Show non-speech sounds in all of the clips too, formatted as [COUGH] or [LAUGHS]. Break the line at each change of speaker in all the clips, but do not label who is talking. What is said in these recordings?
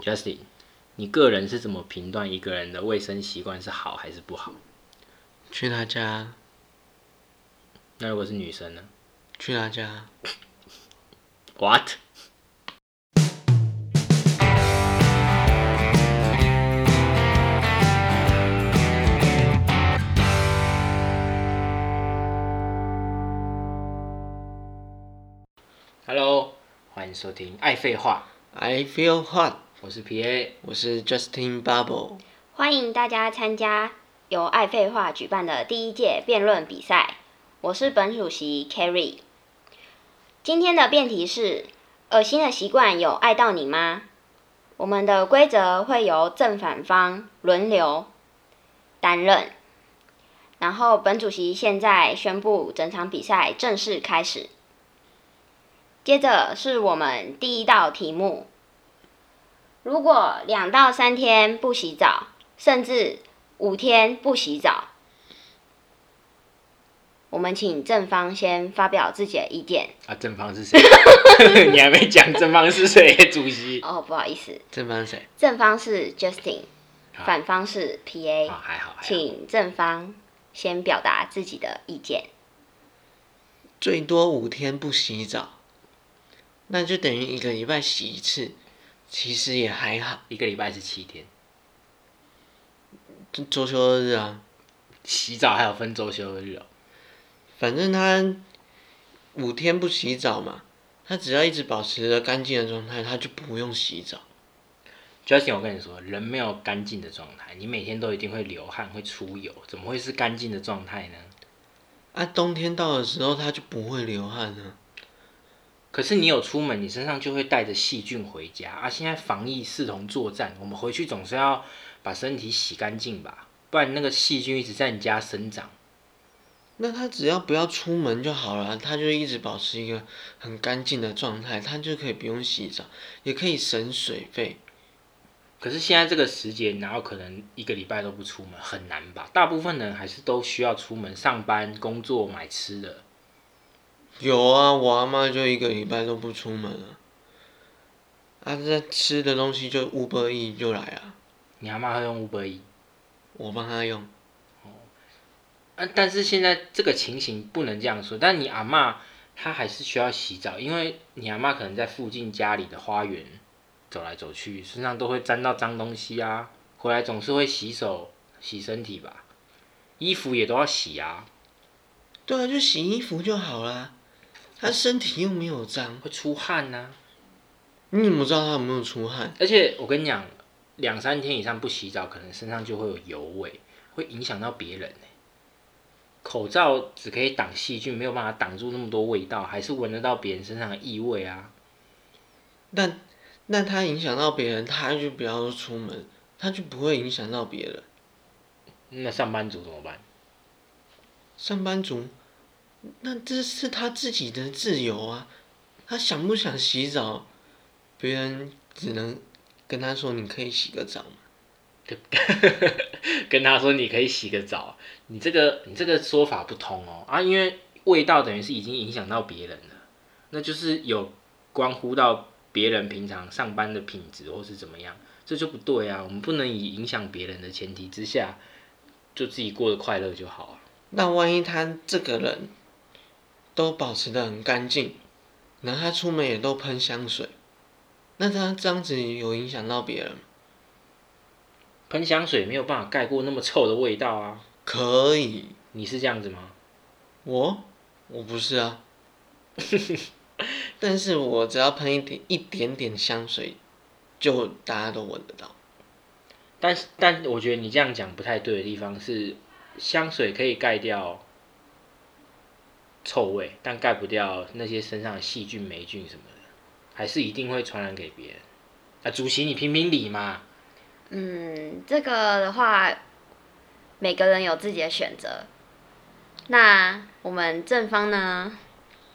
Justin，你个人是怎么评断一个人的卫生习惯是好还是不好？
去他家，
那如果是女生呢
去他家，
？What？Hello，欢迎收听《爱废话
I feel hot，》，
我是 PA。
我是 Justin Bubble。
欢迎大家参加由爱废话举办的第一届辩论比赛，我是本主席 Carry。今天的辩题是：恶心的习惯有爱到你吗？我们的规则会由正反方轮流担任。然后，本主席现在宣布整场比赛正式开始。接着是我们第一道题目：如果两到三天不洗澡，甚至五天不洗澡，我们请正方先发表自己的意见。
啊，正方是谁？ [LAUGHS] 你还没讲正方是谁，主席？
哦，不好意思，
正方谁？
正方是 Justin，
好
反方是 PA，、
啊，还好，还好。
请正方先表达自己的意见。
最多五天不洗澡，那就等于一个礼拜洗一次，其实也还好。
一个礼拜是七天，
就周休日啊，
洗澡还有分周休日哦。
反正他五天不洗澡嘛，他只要一直保持着干净的状态，他就不用洗澡。
Justin，我跟你说，人没有干净的状态，你每天都一定会流汗、会出油，怎么会是干净的状态呢？
啊，冬天到的时候他就不会流汗啊。
可是你有出门，你身上就会带着细菌回家啊！现在防疫视同作战，我们回去总是要把身体洗干净吧，不然那个细菌一直在你家生长。
那他只要不要出门就好了，他就一直保持一个很干净的状态，他就可以不用洗澡，也可以省水费。
可是现在这个时节，哪有可能一个礼拜都不出门？很难吧？大部分人还是都需要出门上班、工作、买吃的。
有啊，我阿妈就一个礼拜都不出门啊。啊，这吃的东西就 Uber E 就来啊，
你阿妈会用 Uber E
我帮他用。
啊，但是现在这个情形不能这样说。但你阿妈她还是需要洗澡，因为你阿妈可能在附近家里的花园走来走去，身上都会沾到脏东西啊。回来总是会洗手、洗身体吧，衣服也都要洗啊，
对啊，就洗衣服就好啦。他身体又没有脏，
会出汗呐、
你怎么知道他有没有出汗？
而且我跟你讲，两三天以上不洗澡，可能身上就会有油味，会影响到别人、欸、口罩只可以挡细菌，没有办法挡住那么多味道，还是闻得到别人身上的异味啊。
那那他影响到别人，他就不要出门，他就不会影响到别人。
那上班族怎么办？ [LAUGHS]
上班族，那这是他自己的自由啊，他想不想洗澡，别人只能跟他说你可以洗个澡嘛。
跟他说你可以洗个澡，你这个你这个说法不通哦啊，因为味道等于是已经影响到别人了，那就是有关乎到别人平常上班的品质或是怎么样，这就不对啊。我们不能以影响别人的前提之下，就自己过得快乐就好啊。
那万一他这个人都保持得很干净，然后他出门也都喷香水，那他这样子有影响到别人吗？
喷香水没有办法盖过那么臭的味道啊，
可以，
你是这样子吗？
我我不是啊， [LAUGHS] 但是我只要喷一点一点点香水，就大家都闻得到。
但是但我觉得你这样讲不太对的地方是，香水可以盖掉臭味，但盖不掉那些身上的细菌、霉菌什么的，还是一定会传染给别人。啊，主席，你评评理嘛？
嗯，这个的话，每个人有自己的选择。那我们正方呢，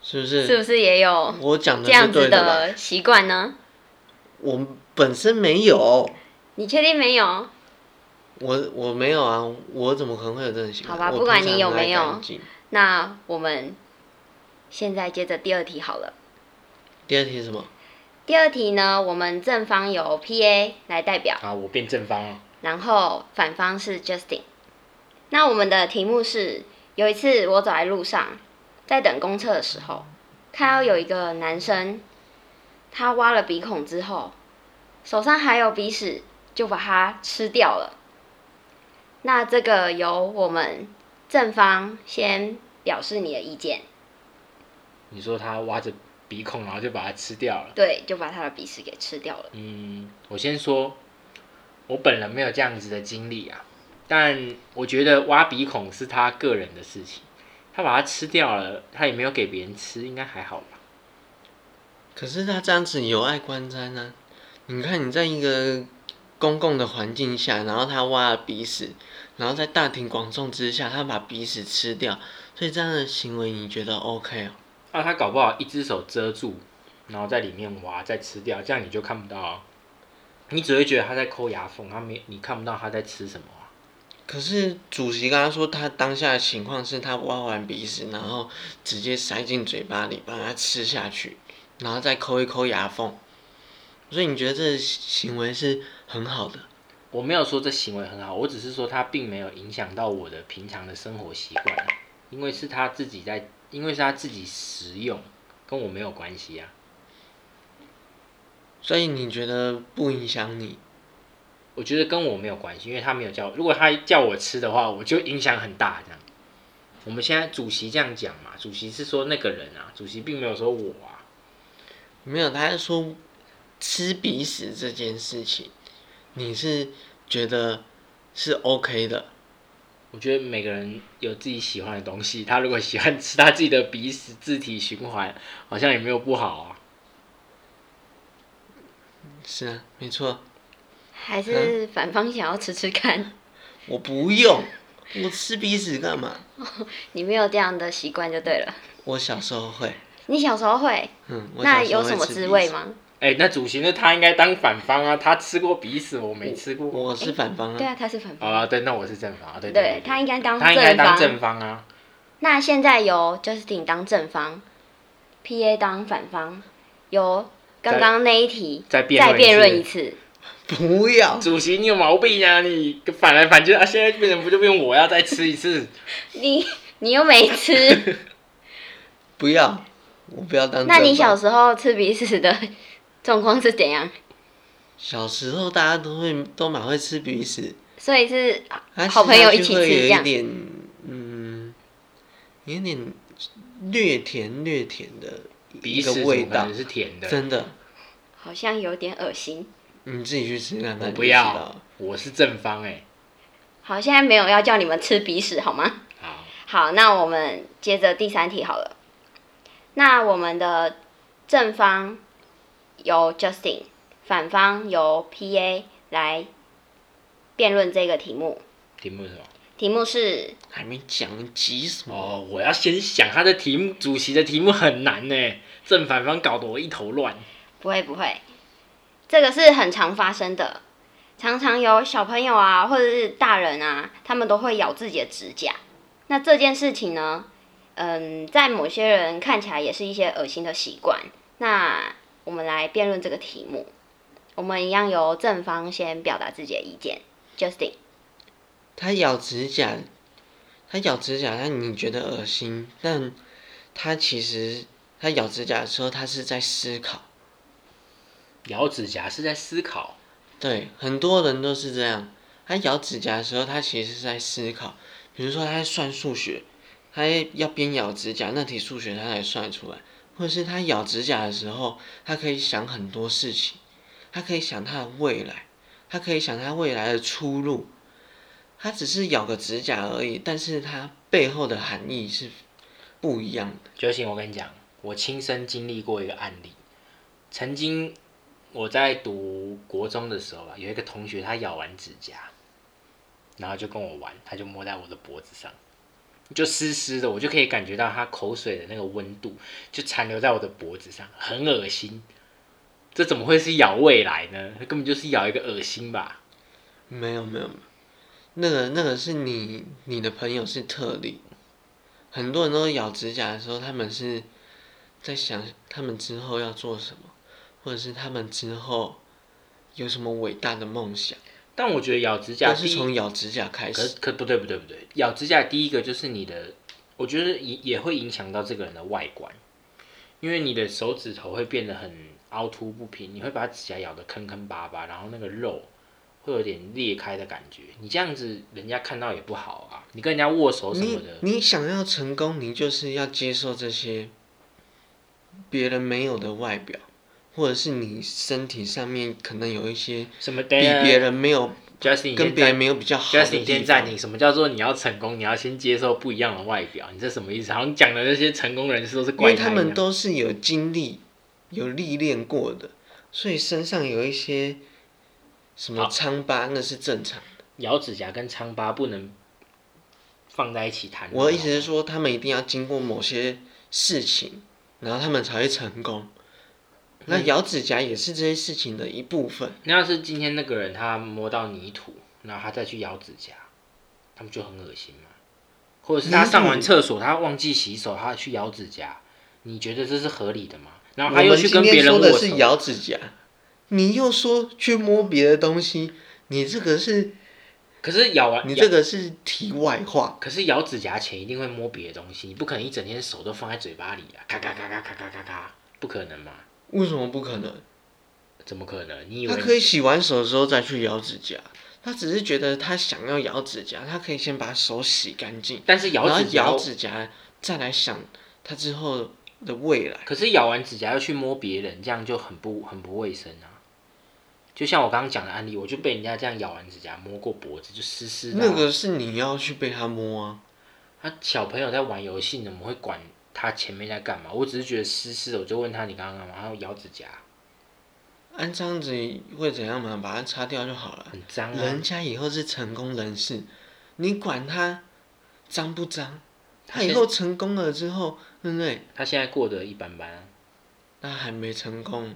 是不
是
是？
不是也有
我讲的
这样
是
子
对吧？
的习惯呢？
我本身没有，
你确定没有？
我我没有啊，我怎么可能会有这种习惯？
好吧
我
不管
平常
你有
很爱
没有
干净
那我们现在接着第二题好了。
第二题是什么？
第二题呢，我们正方由 P.A. 来代表，
啊好，我变正方了。
然后反方是 Justin。那我们的题目是：有一次我走在路上，在等公车的时候，看到有一个男生，他挖了鼻孔之后，手上还有鼻屎，就把它吃掉了。那这个由我们正方先表示你的意见，
你说他挖着鼻孔，然后就把它吃掉了。
对，就把他的鼻屎给吃掉了。
嗯，我先说，我本人没有这样子的经历啊，但我觉得挖鼻孔是他个人的事情，他把它吃掉了，他也没有给别人吃，应该还好吧？
可是他这样子有碍观瞻啊！你看你在一个公共的环境下，然后他挖了鼻屎，然后在大庭广众之下，他把鼻屎吃掉，所以这样的行为你觉得 OK 哦？
啊，他搞不好一只手遮住，然后在里面挖再吃掉，这样你就看不到、啊，你只会觉得他在抠牙缝，他没你看不到他在吃什么啊、
可是主席刚刚说他当下的情况是他挖完鼻屎，然后直接塞进嘴巴里，把它吃下去，然后再抠一抠牙缝，所以你觉得这行为是很好的？
我没有说这行为很好，我只是说他并没有影响到我的平常的生活习惯，啊因为是他自己在，因为是他自己食用，跟我没有关系啊。
所以你觉得不影响你？
我觉得跟我没有关系，因为他没有叫我。如果他叫我吃的话，我就影响很大这样。我们现在主席这样讲嘛，主席是说那个人啊，主席并没有说我啊。
没有，他是说吃鼻屎这件事情，你是觉得是 OK 的？
我觉得每个人有自己喜欢的东西，他如果喜欢吃他自己的鼻屎自体循环，好像也没有不好啊。
是啊，没错。
还是反方想要吃吃看？ [LAUGHS]
我不用，我吃鼻屎干嘛？
你没有这样的习惯就对了。
我小时候会，
你小时候会，
嗯，我
那
小时候
有
会
什么
吃
滋
鼻
味
屎？
吗？
哎、那主席那他应该当反方啊，他吃过鼻屎，我没吃过。
我是反方
对
啊，
啊，他是反方，
啊，对，那我是正方啊，对
对
对
他应该当
他应该
正
当
方。
正方啊。
那现在由 Justin 当正方，PA 当反方，由刚刚那一题
再辩
再辩论
论
一。次。
不要。
主席，你有毛病啊！你反来反去啊！现在变成不就变我要再吃一次？
你你又没吃，
不要，我不要当正
那
方。
你小时候吃鼻屎的状况是怎样？
小时候大家都会都蛮会吃鼻屎，
所以是啊
它
好
吃
朋
下
友
去
一起
会
吃
有
这
一
样
点嗯，有点略甜略甜的
鼻
一个
屎
味
怎么可
道
能，是甜的，
真的，
好像有点恶心。
你自己去吃看看，
我
你
不
就知道
要
了。，
我是正方哎、
好，现在没有要叫你们吃鼻屎好吗？
好，
好，那我们接着第三题好了。那我们的正方由 Justin，反方由 PA 来辩论这个题目。
题目是什么？
题目是
还没讲急什么？
哦，我要先想他的题目，主席的题目很难呢、正反方搞得我一头乱。
不会不会，这个是很常发生的，常常有小朋友啊，或者是大人啊，他们都会咬自己的指甲。那这件事情呢，嗯，在某些人看起来也是一些恶心的习惯。那我们来辩论这个题目，我们一样由正方先表达自己的意见，Justin。
它咬指甲，它咬指甲，它你觉得恶心，但它其实它咬指甲的时候，它是在思考。
咬指甲是在思考，
对，很多人都是这样。他咬指甲的时候，他其实是在思考，比如说他在算数学，他要边咬指甲，那题数学他才算出来；或者是他咬指甲的时候，他可以想很多事情，他可以想他的未来，他可以想他未来的出路。他只是咬个指甲而已，但是他背后的含义是不一样的。
觉醒，我跟你讲，我亲身经历过一个案例。曾经我在读国中的时候啊吧，有一个同学他咬完指甲，然后就跟我玩，他就摸在我的脖子上，就湿湿的，我就可以感觉到他口水的那个温度就残留在我的脖子上，很恶心。这怎么会是咬未来呢？根本就是咬一个恶心吧。
没有没有，没有那个那个是你你的朋友是特例，很多人都咬指甲的时候，他们是在想他们之后要做什么，或者是他们之后有什么伟大的梦想，
但我觉得咬指甲
都是
第一
从咬指甲开
可
始。
可不对不对不对，咬指甲第一个就是你的，我觉得也也会影响到这个人的外观，因为你的手指头会变得很凹凸不平，你会把指甲咬得坑坑巴巴，然后那个肉会有点裂开的感觉，你这样子人家看到也不好啊，你跟人家握手什么
你
的，
你想要成功，你就是要接受这些别人没有的外表，或者是你身体上面可能有一些
什么
比别
的
人没有、
，Justin 啊
跟
先
别人
暂
没有比较好的
Justin
地
先
方
暂停，什么叫做你要成功，你要先接受不一样的外表，你这什么意思？好像讲的那些成功人士都是
因
怪
为他
一
们
样
都是有经历、有历练过的，所以身上有一些什么
好
疮疤，那是正常。
咬指甲跟疮疤不能放在一起谈。
我的意思是说，他们一定要经过某些事情，然后他们才会成功。那
嗯
咬指甲也是这些事情的一部分，
那要是今天那个人他摸到泥土，然后他再去咬指甲，他们就很恶心嘛。或者是他
泥土
上完厕所，他忘记洗手，他去咬指甲，你觉得这是合理的吗？然后他
我
又
们
去
今
跟别
天
人
说的
握
是
手，
咬指甲，你又说去摸别的东西，你这个是
可是咬完
你
咬
这个是题外话。
可是咬指甲前一定会摸别的东西，你不可能一整天手都放在嘴巴里啊，咔咔咔咔咔咔咔咔，不可能嘛？
为什么不可能？
怎么可能？你以
他
为
可以洗完手之后再去咬指甲，他只是觉得他想要咬指甲，他可以先把手洗干净，
但是
然
咬
后
指甲哦
咬指甲再来想他之后的未来。
可是咬完指甲要去摸别人，这样就很不很不卫生啊。就像我刚刚讲的案例，我就被人家这样咬完指甲摸过脖子，就湿湿的啊、
那个是你要去被他摸啊，
啊，小朋友在玩游戏，怎么会管他前面在干嘛？我只是觉得湿湿的，我就问他你刚刚干嘛？他说咬指甲，
按这样子会怎样嘛？把它擦掉就好了。
很脏啊
人。家以后是成功人士，你管他脏不脏？他以
现
后成功了之后，对不对？
他现在过得一般般啊、
他还没成功，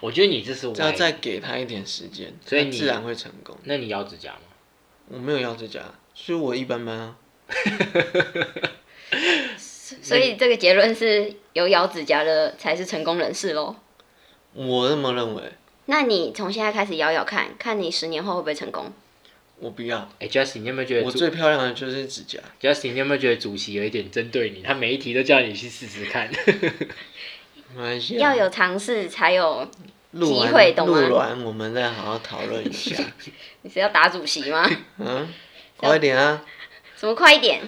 我觉得你这是
只要
歪。
再给他一点时间，
所以
他
你
自然会成功。
那你咬指甲吗？
我没有咬指甲，所以我一般般啊。
所以这个结论是有咬指甲的才是成功人士喽。
我这么认为，
那你从现在开始咬咬看，看你十年后会不会成功？
我不要。
哎、j u s t i n 你有没有觉得
我
主
最漂亮的就是指甲，
Justin，你有没有觉得主席有一点针对你？他每一题都叫你去试试看。
没关系啊。
要有尝试才有，
录
机会
完
懂
录
吗
完，我们再好好讨论一下。
[LAUGHS] 你是要打主席吗？ [LAUGHS]
嗯，快点啊！
什么快一点？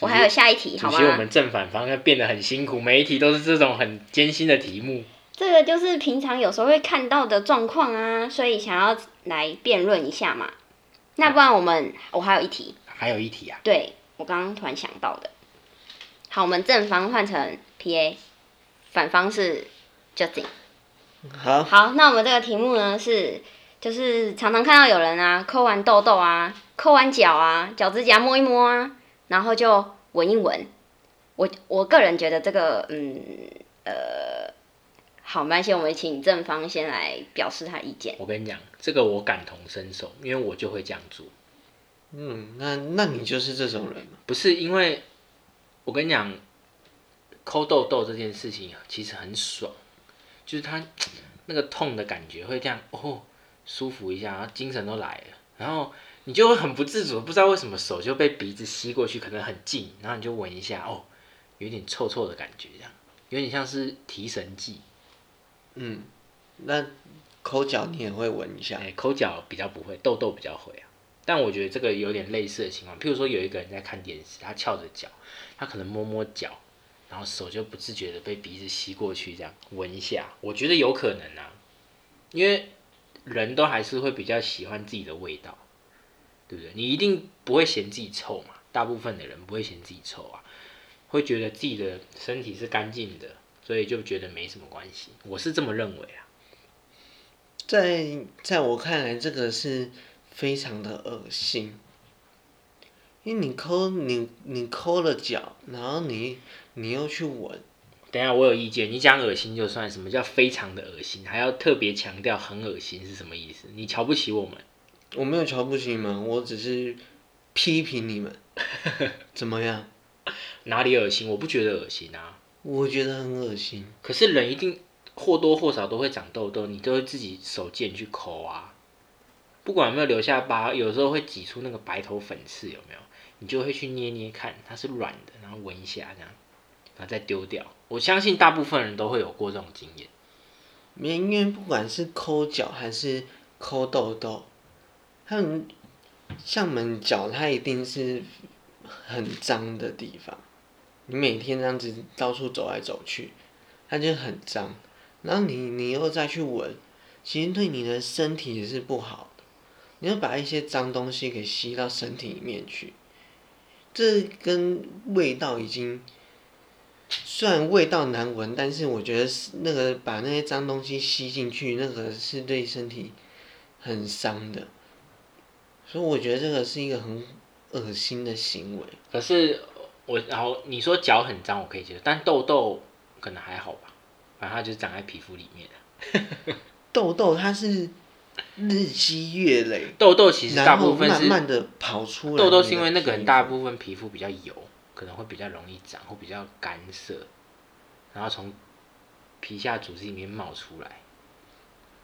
我还有下一题好
主
吗
席，？我们正反方要变得很辛苦，每一题都是这种很艰辛的题目。
这个就是平常有时候会看到的状况啊，所以想要来辩论一下嘛。那不然我们，我还有一题，
还有一题啊，
对我刚刚突然想到的。好，我们正方换成 PA，反方是 Justin。
好，
好，那我们这个题目呢是，就是常常看到有人啊抠完痘痘啊，抠完脚啊，脚趾甲摸一摸啊，然后就闻一闻。我我个人觉得这个，嗯，呃，好，没关系，我们请正方先来表示他意见。
我跟你讲，这个我感同身受，因为我就会这样做，
嗯，那那你就是这种人嘛。
不是因为我跟你讲，抠痘痘这件事情啊其实很爽，就是它那个痛的感觉会这样哦，舒服一下，然后精神都来了，然后你就会很不自主，不知道为什么手就被鼻子吸过去，可能很近，然后你就闻一下，哦，有点臭臭的感觉，这样有点像是提神剂。
嗯，那抠脚你也会闻一下
哎、。抠脚比较不会，痘痘比较会啊。但我觉得这个有点类似的情况，譬如说有一个人在看电视，他翘着脚，他可能摸摸脚，然后手就不自觉的被鼻子吸过去，这样闻一下，我觉得有可能啊，因为人都还是会比较喜欢自己的味道，对不对？你一定不会嫌自己臭嘛，大部分的人不会嫌自己臭啊，会觉得自己的身体是干净的，所以就觉得没什么关系，我是这么认为啊。
在在我看来，这个是非常的恶心，因为你抠你你抠了脚，然后你你又去闻，
等一下，我有意见。你讲恶心就算，什么叫非常的恶心？还要特别强调很恶心是什么意思？你瞧不起我们？
我没有瞧不起你们，我只是批评你们， [LAUGHS] 怎么样？
哪里恶心？我不觉得恶心啊。
我觉得很恶心，
可是人一定，或多或少都会长痘痘，你都会自己手贱去抠啊。不管有没有留下疤，有时候会挤出那个白头粉刺，有没有？你就会去捏捏看，它是软的，然后闻一下这样，然后再丢掉。我相信大部分人都会有过这种经验。
没，因为不管是抠脚还是抠痘痘，他们像门脚，它一定是很脏的地方。你每天这样子到处走来走去，它就很脏。然后你你又再去闻，其实对你的身体也是不好的。你要把一些脏东西给吸到身体里面去，这跟味道已经虽然味道难闻，但是我觉得是那个把那些脏东西吸进去，那个是对身体很伤的，所以我觉得这个是一个很恶心的行为。
可是我，然后你说脚很脏，我可以接受，但痘痘可能还好吧，反正它就是长在皮肤里面的。
痘痘它是日积月累，
痘痘其实大
然后
部分
慢
是
慢的跑出来。
痘痘，是因为那个很大，部分皮肤比较油，可能会比较容易长，会比较干涩，然后从皮下组织里面冒出来。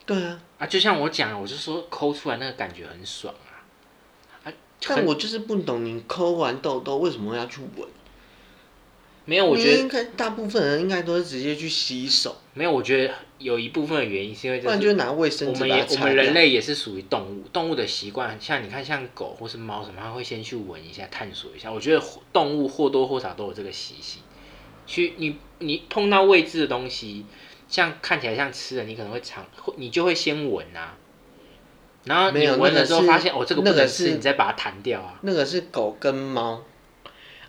对啊，
啊，就像我讲，我就说抠出来那个感觉很爽啊，啊，
但
很
我就是不懂你抠完痘痘为什么要去闻？
没有，我觉
你
得
应该大部分人应该都是直接去洗手，
没有，我觉得有一部分的原因是因为
不
这
然
是
就拿卫
我
生纸
们
把它
也
擦
我
掉。
们人类也是属于动物，动物的习惯，像你看像狗或是猫什么，它会先去闻一下、探索一下。我觉得动物或多或少都有这个习性，去你你碰到未知的东西，像看起来像吃的，你可能会尝，会你就会先闻啊。然后
没
你
有
闻
那
了
个
之后
是
发现哦，这个不
那个
能吃，
是
你再把它弹掉啊
那个是狗跟猫，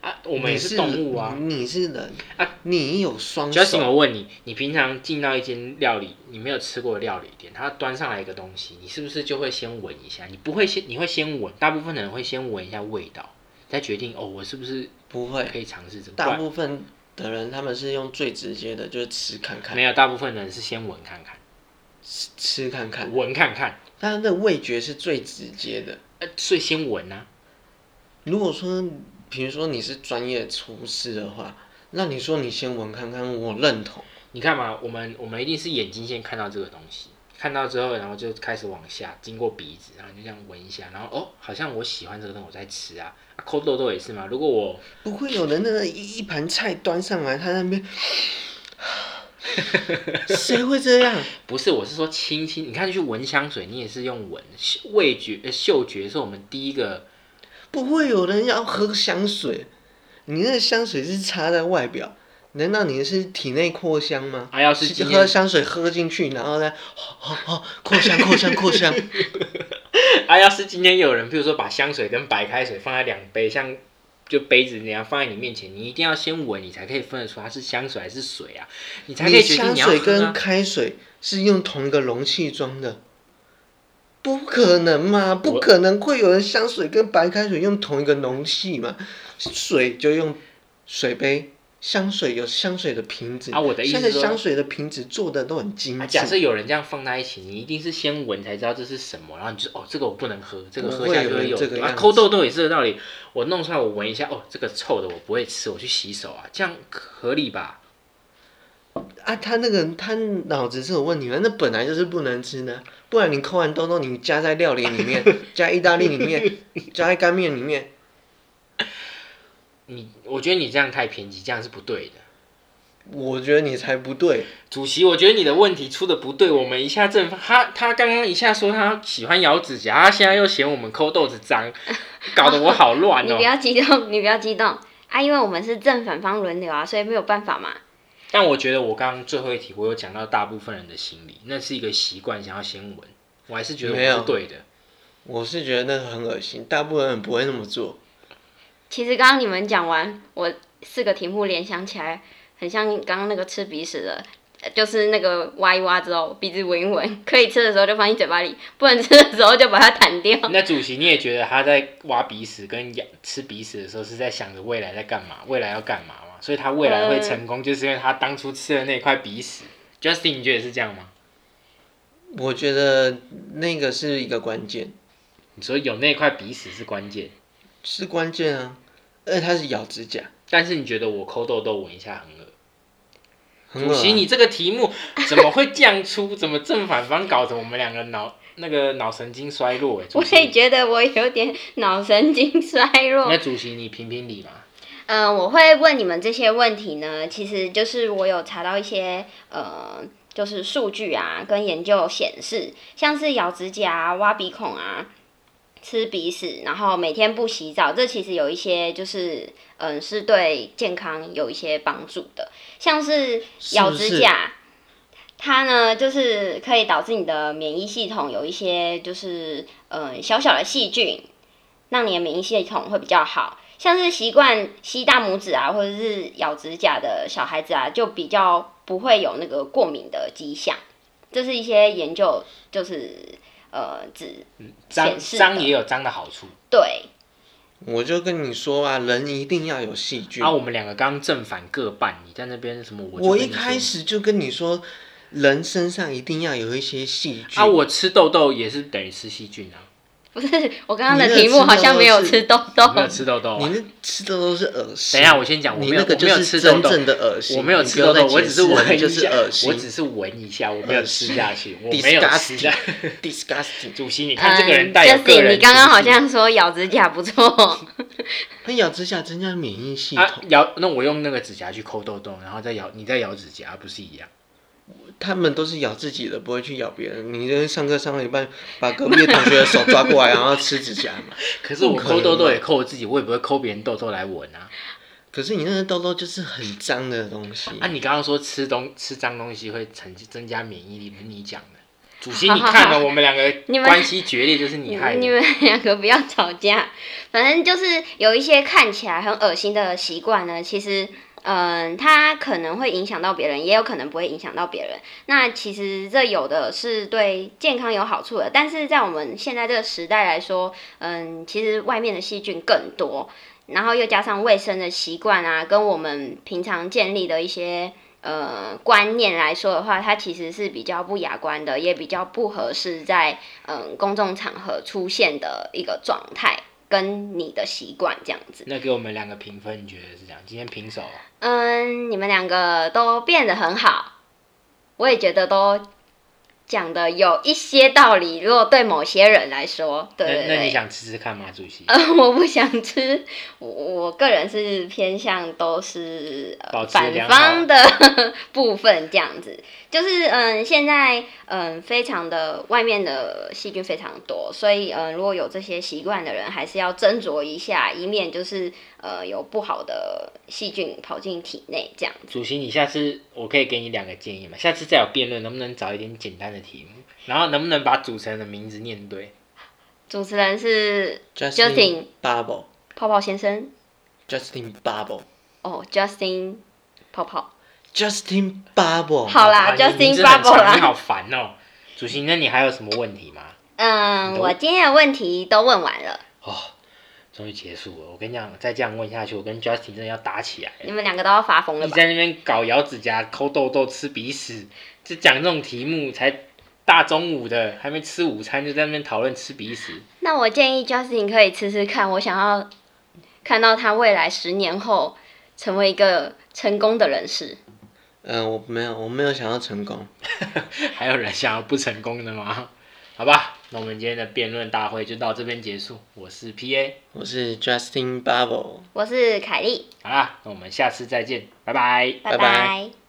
啊！我们也
你
是
是
动物啊，
你是人
啊，
你有双
Justin，
手，
我问你，你平常进到一间料理，你没有吃过的料理店，它端上来一个东西，你是不是就会先闻一下？你不会先，你会先闻，大部分的人会先闻一下味道，再决定哦，我是不是
不会，
可以尝试这个？
大
不
部分的人他们是用最直接的，就是吃看
然
看，
没有，大部分人是先闻看看，
吃吃看看，
闻看看，
但是那味觉是最直接的。
呃，所以先闻啊，
如果说，比如说你是专业厨师的话，那你说你先闻看看，我认同。
你看嘛，我们我们一定是眼睛先看到这个东西，看到之后，然后就开始往下，经过鼻子，然后就这样闻一下，然后哦，好像我喜欢这个东西，我在吃啊。啊抠痘痘也是嘛，如果我
不会有人那个一一盘菜端上来，他在那边， [SIGHS] 谁会这样？
不是，我是说轻轻，你看去闻香水，你也是用闻，嗅味觉、呃嗅觉是我们第一个，
不会有人要喝香水，你那个香水是擦在外表，难道你是体内扩香吗？
啊要是今天
喝香水喝进去，然后呢，哦哦哦，扩香扩香
[LAUGHS]
扩香，
啊，要是今天有人，譬如说把香水跟白开水放在两杯，像就杯子那样放在你面前，你一定要先闻，你才可以分得出它是香水还是水啊，你才可以决定
香
你要喝、
水
啊、
跟开水是用同一个容器装的，不可能嘛？不可能会有人香水跟白开水用同一个容器嘛？水就用水杯，香水有香水的瓶子
啊我的意思
现在
是说
香水的瓶子做的都很精致。
啊假设有人这样放在一起，你一定是先闻才知道这是什么，然后你就哦，这个我不能喝，这个喝下去会
不会有人
有
这个
啊
样，子
抠痘痘也是这个道理。我弄出来我闻一下，哦，这个臭的我不会吃，我去洗手啊，这样合理吧？
啊，他那个他脑子是有问题的，那本来就是不能吃的，不然你抠完痘痘，你加在料理里面，加意大利里面，加在干面里面，
你，我觉得你这样太偏激，这样是不对的。
我觉得你才不对。
主席，我觉得你的问题出的不对。我们一下正方，他他刚刚一下说他喜欢咬指甲，他现在又嫌我们抠豆子脏，搞得我好乱
你
哦
不。要激动，你不要激动啊！因为我们是正反方轮流啊，所以没有办法嘛。
但我觉得我刚刚最后一题，我有讲到大部分人的心理，那是一个习惯，想要先闻。我还是觉得
没
我
有
是对的。
我是觉得那很恶心，大部分人不会那么做。
其实刚刚你们讲完，我四个题目联想起来，很像刚刚那个吃鼻屎的，呃就是那个挖一挖之后，鼻子闻一闻，可以吃的时候就放进嘴巴里，不能吃的时候就把它弹
啊
掉。
那主席，你也觉得他在挖鼻屎跟咬吃鼻屎的时候，是在想着未来在干嘛，未来要干嘛嘛？所以他未来会成功，就是因为他当初吃的那块鼻屎。Justin，你觉得是这样吗？
我觉得那个是一个关键，
你说有那块鼻屎是关键。
是关键啊，而且它是咬指甲，
但是你觉得我抠痘痘闻一下很恶，
很
主
恶啊
席，
心。
你这个题目怎么会这样出？怎么正反方搞得我们两个脑那个脑神经衰弱、欸？主
我也
席，
觉得我有点脑神经衰弱。
那主席你评评理嘛？
嗯，我会问你们这些问题呢，其实就是我有查到一些呃，就是数据啊，跟研究显示，像是咬指甲啊、挖鼻孔啊、吃鼻屎，然后每天不洗澡，这其实有一些就是嗯、是对健康有一些帮助的，像是咬指甲。它呢，就是可以导致你的免疫系统有一些就是嗯、呃小小的细菌，让你的免疫系统会比较好。像是习惯吸大拇指啊，或者是咬指甲的小孩子啊，就比较不会有那个过敏的迹象。这是一些研究，就是呃指
脏
显示
脏
的
也有嗯脏的好处
对
我就跟你说啊，人一定要有细菌。
啊。我们两个刚正反各半，你在那边什么我就
我
跟
一
你说
开始就跟你说，人身上一定要有一些细菌。
啊，我吃痘痘也是等于吃细菌啊，
不是我刚刚的
你那
题目好像没有
吃
吃豆豆
我，没有吃痘痘啊、
你那吃的都是恶心。
等一下，我先讲，我
你
没有，
那个
我
就
没有
是
吃痘
真
痘，
正的恶心。
我没有
你
吃
不要
痘
再
痘，我
解
只是
释了
闻
你
一
就是
下
恶，心。
我只是闻一下，我没有吃下去，我没有吃下。 [LAUGHS]
disgusting。
主席，你
你
看这个人带有个人情绪、
你刚刚好像说咬指甲不错，
它咬指甲增加免疫系
啊
统，
咬，那我用那个指甲去抠痘痘，然后再咬，你再咬指甲，不是一样？
他们都是咬自己的，不会去咬别人。你这上课上到一半，把隔壁的同学的手抓过来，然后吃指甲嘛。 [LAUGHS]
可是我
不可能
抠痘痘
吧
也抠我自己，我也不会抠别人痘痘来闻啊。
可是你那个痘痘就是很脏的东
嗯
西。
啊，你刚刚说吃东吃脏东西会增增加免疫力，不是你讲的。主席，你看了、我们两
[LAUGHS] 你
个
们
关系决裂，就是你害
你
的。
们两个不要吵架。反正就是有一些看起来很恶心的习惯呢，其实。嗯，它可能会影响到别人，也有可能不会影响到别人。那其实这有的是对健康有好处的，但是在我们现在这个时代来说，嗯，其实外面的细菌更多，然后又加上卫生的习惯啊，跟我们平常建立的一些呃观念来说的话，它其实是比较不雅观的，也比较不合适在嗯公众场合出现的一个状态，跟你的习惯这样子。
那给我们两个评分，你觉得是这样？今天平手啊、
嗯，你们两个都变得很好，我也觉得都讲的有一些道理。如果对某些人来说，对对
那那你
对。
想吃吃看吗，主席？
[LAUGHS] 呃，我不想吃，我我个人是偏向都是、
保
呃、
持
反
良好
方的 [LAUGHS] 部分这样子，就是嗯，现在嗯，非常的外面的细菌非常多，所以嗯，如果有这些习惯的人，还是要斟酌一下，以免就是呃有不好的细菌跑进体内这样。
主席，你下次我可以给你两个建议嘛？下次再有辩论，能不能找一点简单的题目？然后能不能把主持人的名字念对？
主持人是
Justin Bubble。
泡泡先生
Justin Bubble。
哦，Justin 泡泡，
Justin Bubble。
好啦
啊你名
，Justin
字很
Bubble
长
啦
你。好烦哦、主席，那你还有什么问题吗？
嗯，
你都
我今天的问题都问完了，
哦，终于结束了。我跟你讲，再这样问下去，我跟 Justin 真的要打起来
你
了。
们两个都要发疯了
你
吧？
在那边搞咬指甲、抠痘痘、吃鼻屎，就讲这种题目，才大中午的，还没吃午餐就在那边讨论吃鼻屎。 [LAUGHS]
那我建议 Justin 可以吃吃看，我想要看到他未来十年后成为一个成功的人士。
嗯、我没有，我没有想要成功。
还有人想要不成功的吗？好吧，那我们今天的辩论大会就到这边结束。我是 PA，
我是 Justin Bubble。
我是凯莉，
好啦，那我们下次再见，拜拜。
拜
拜
拜
拜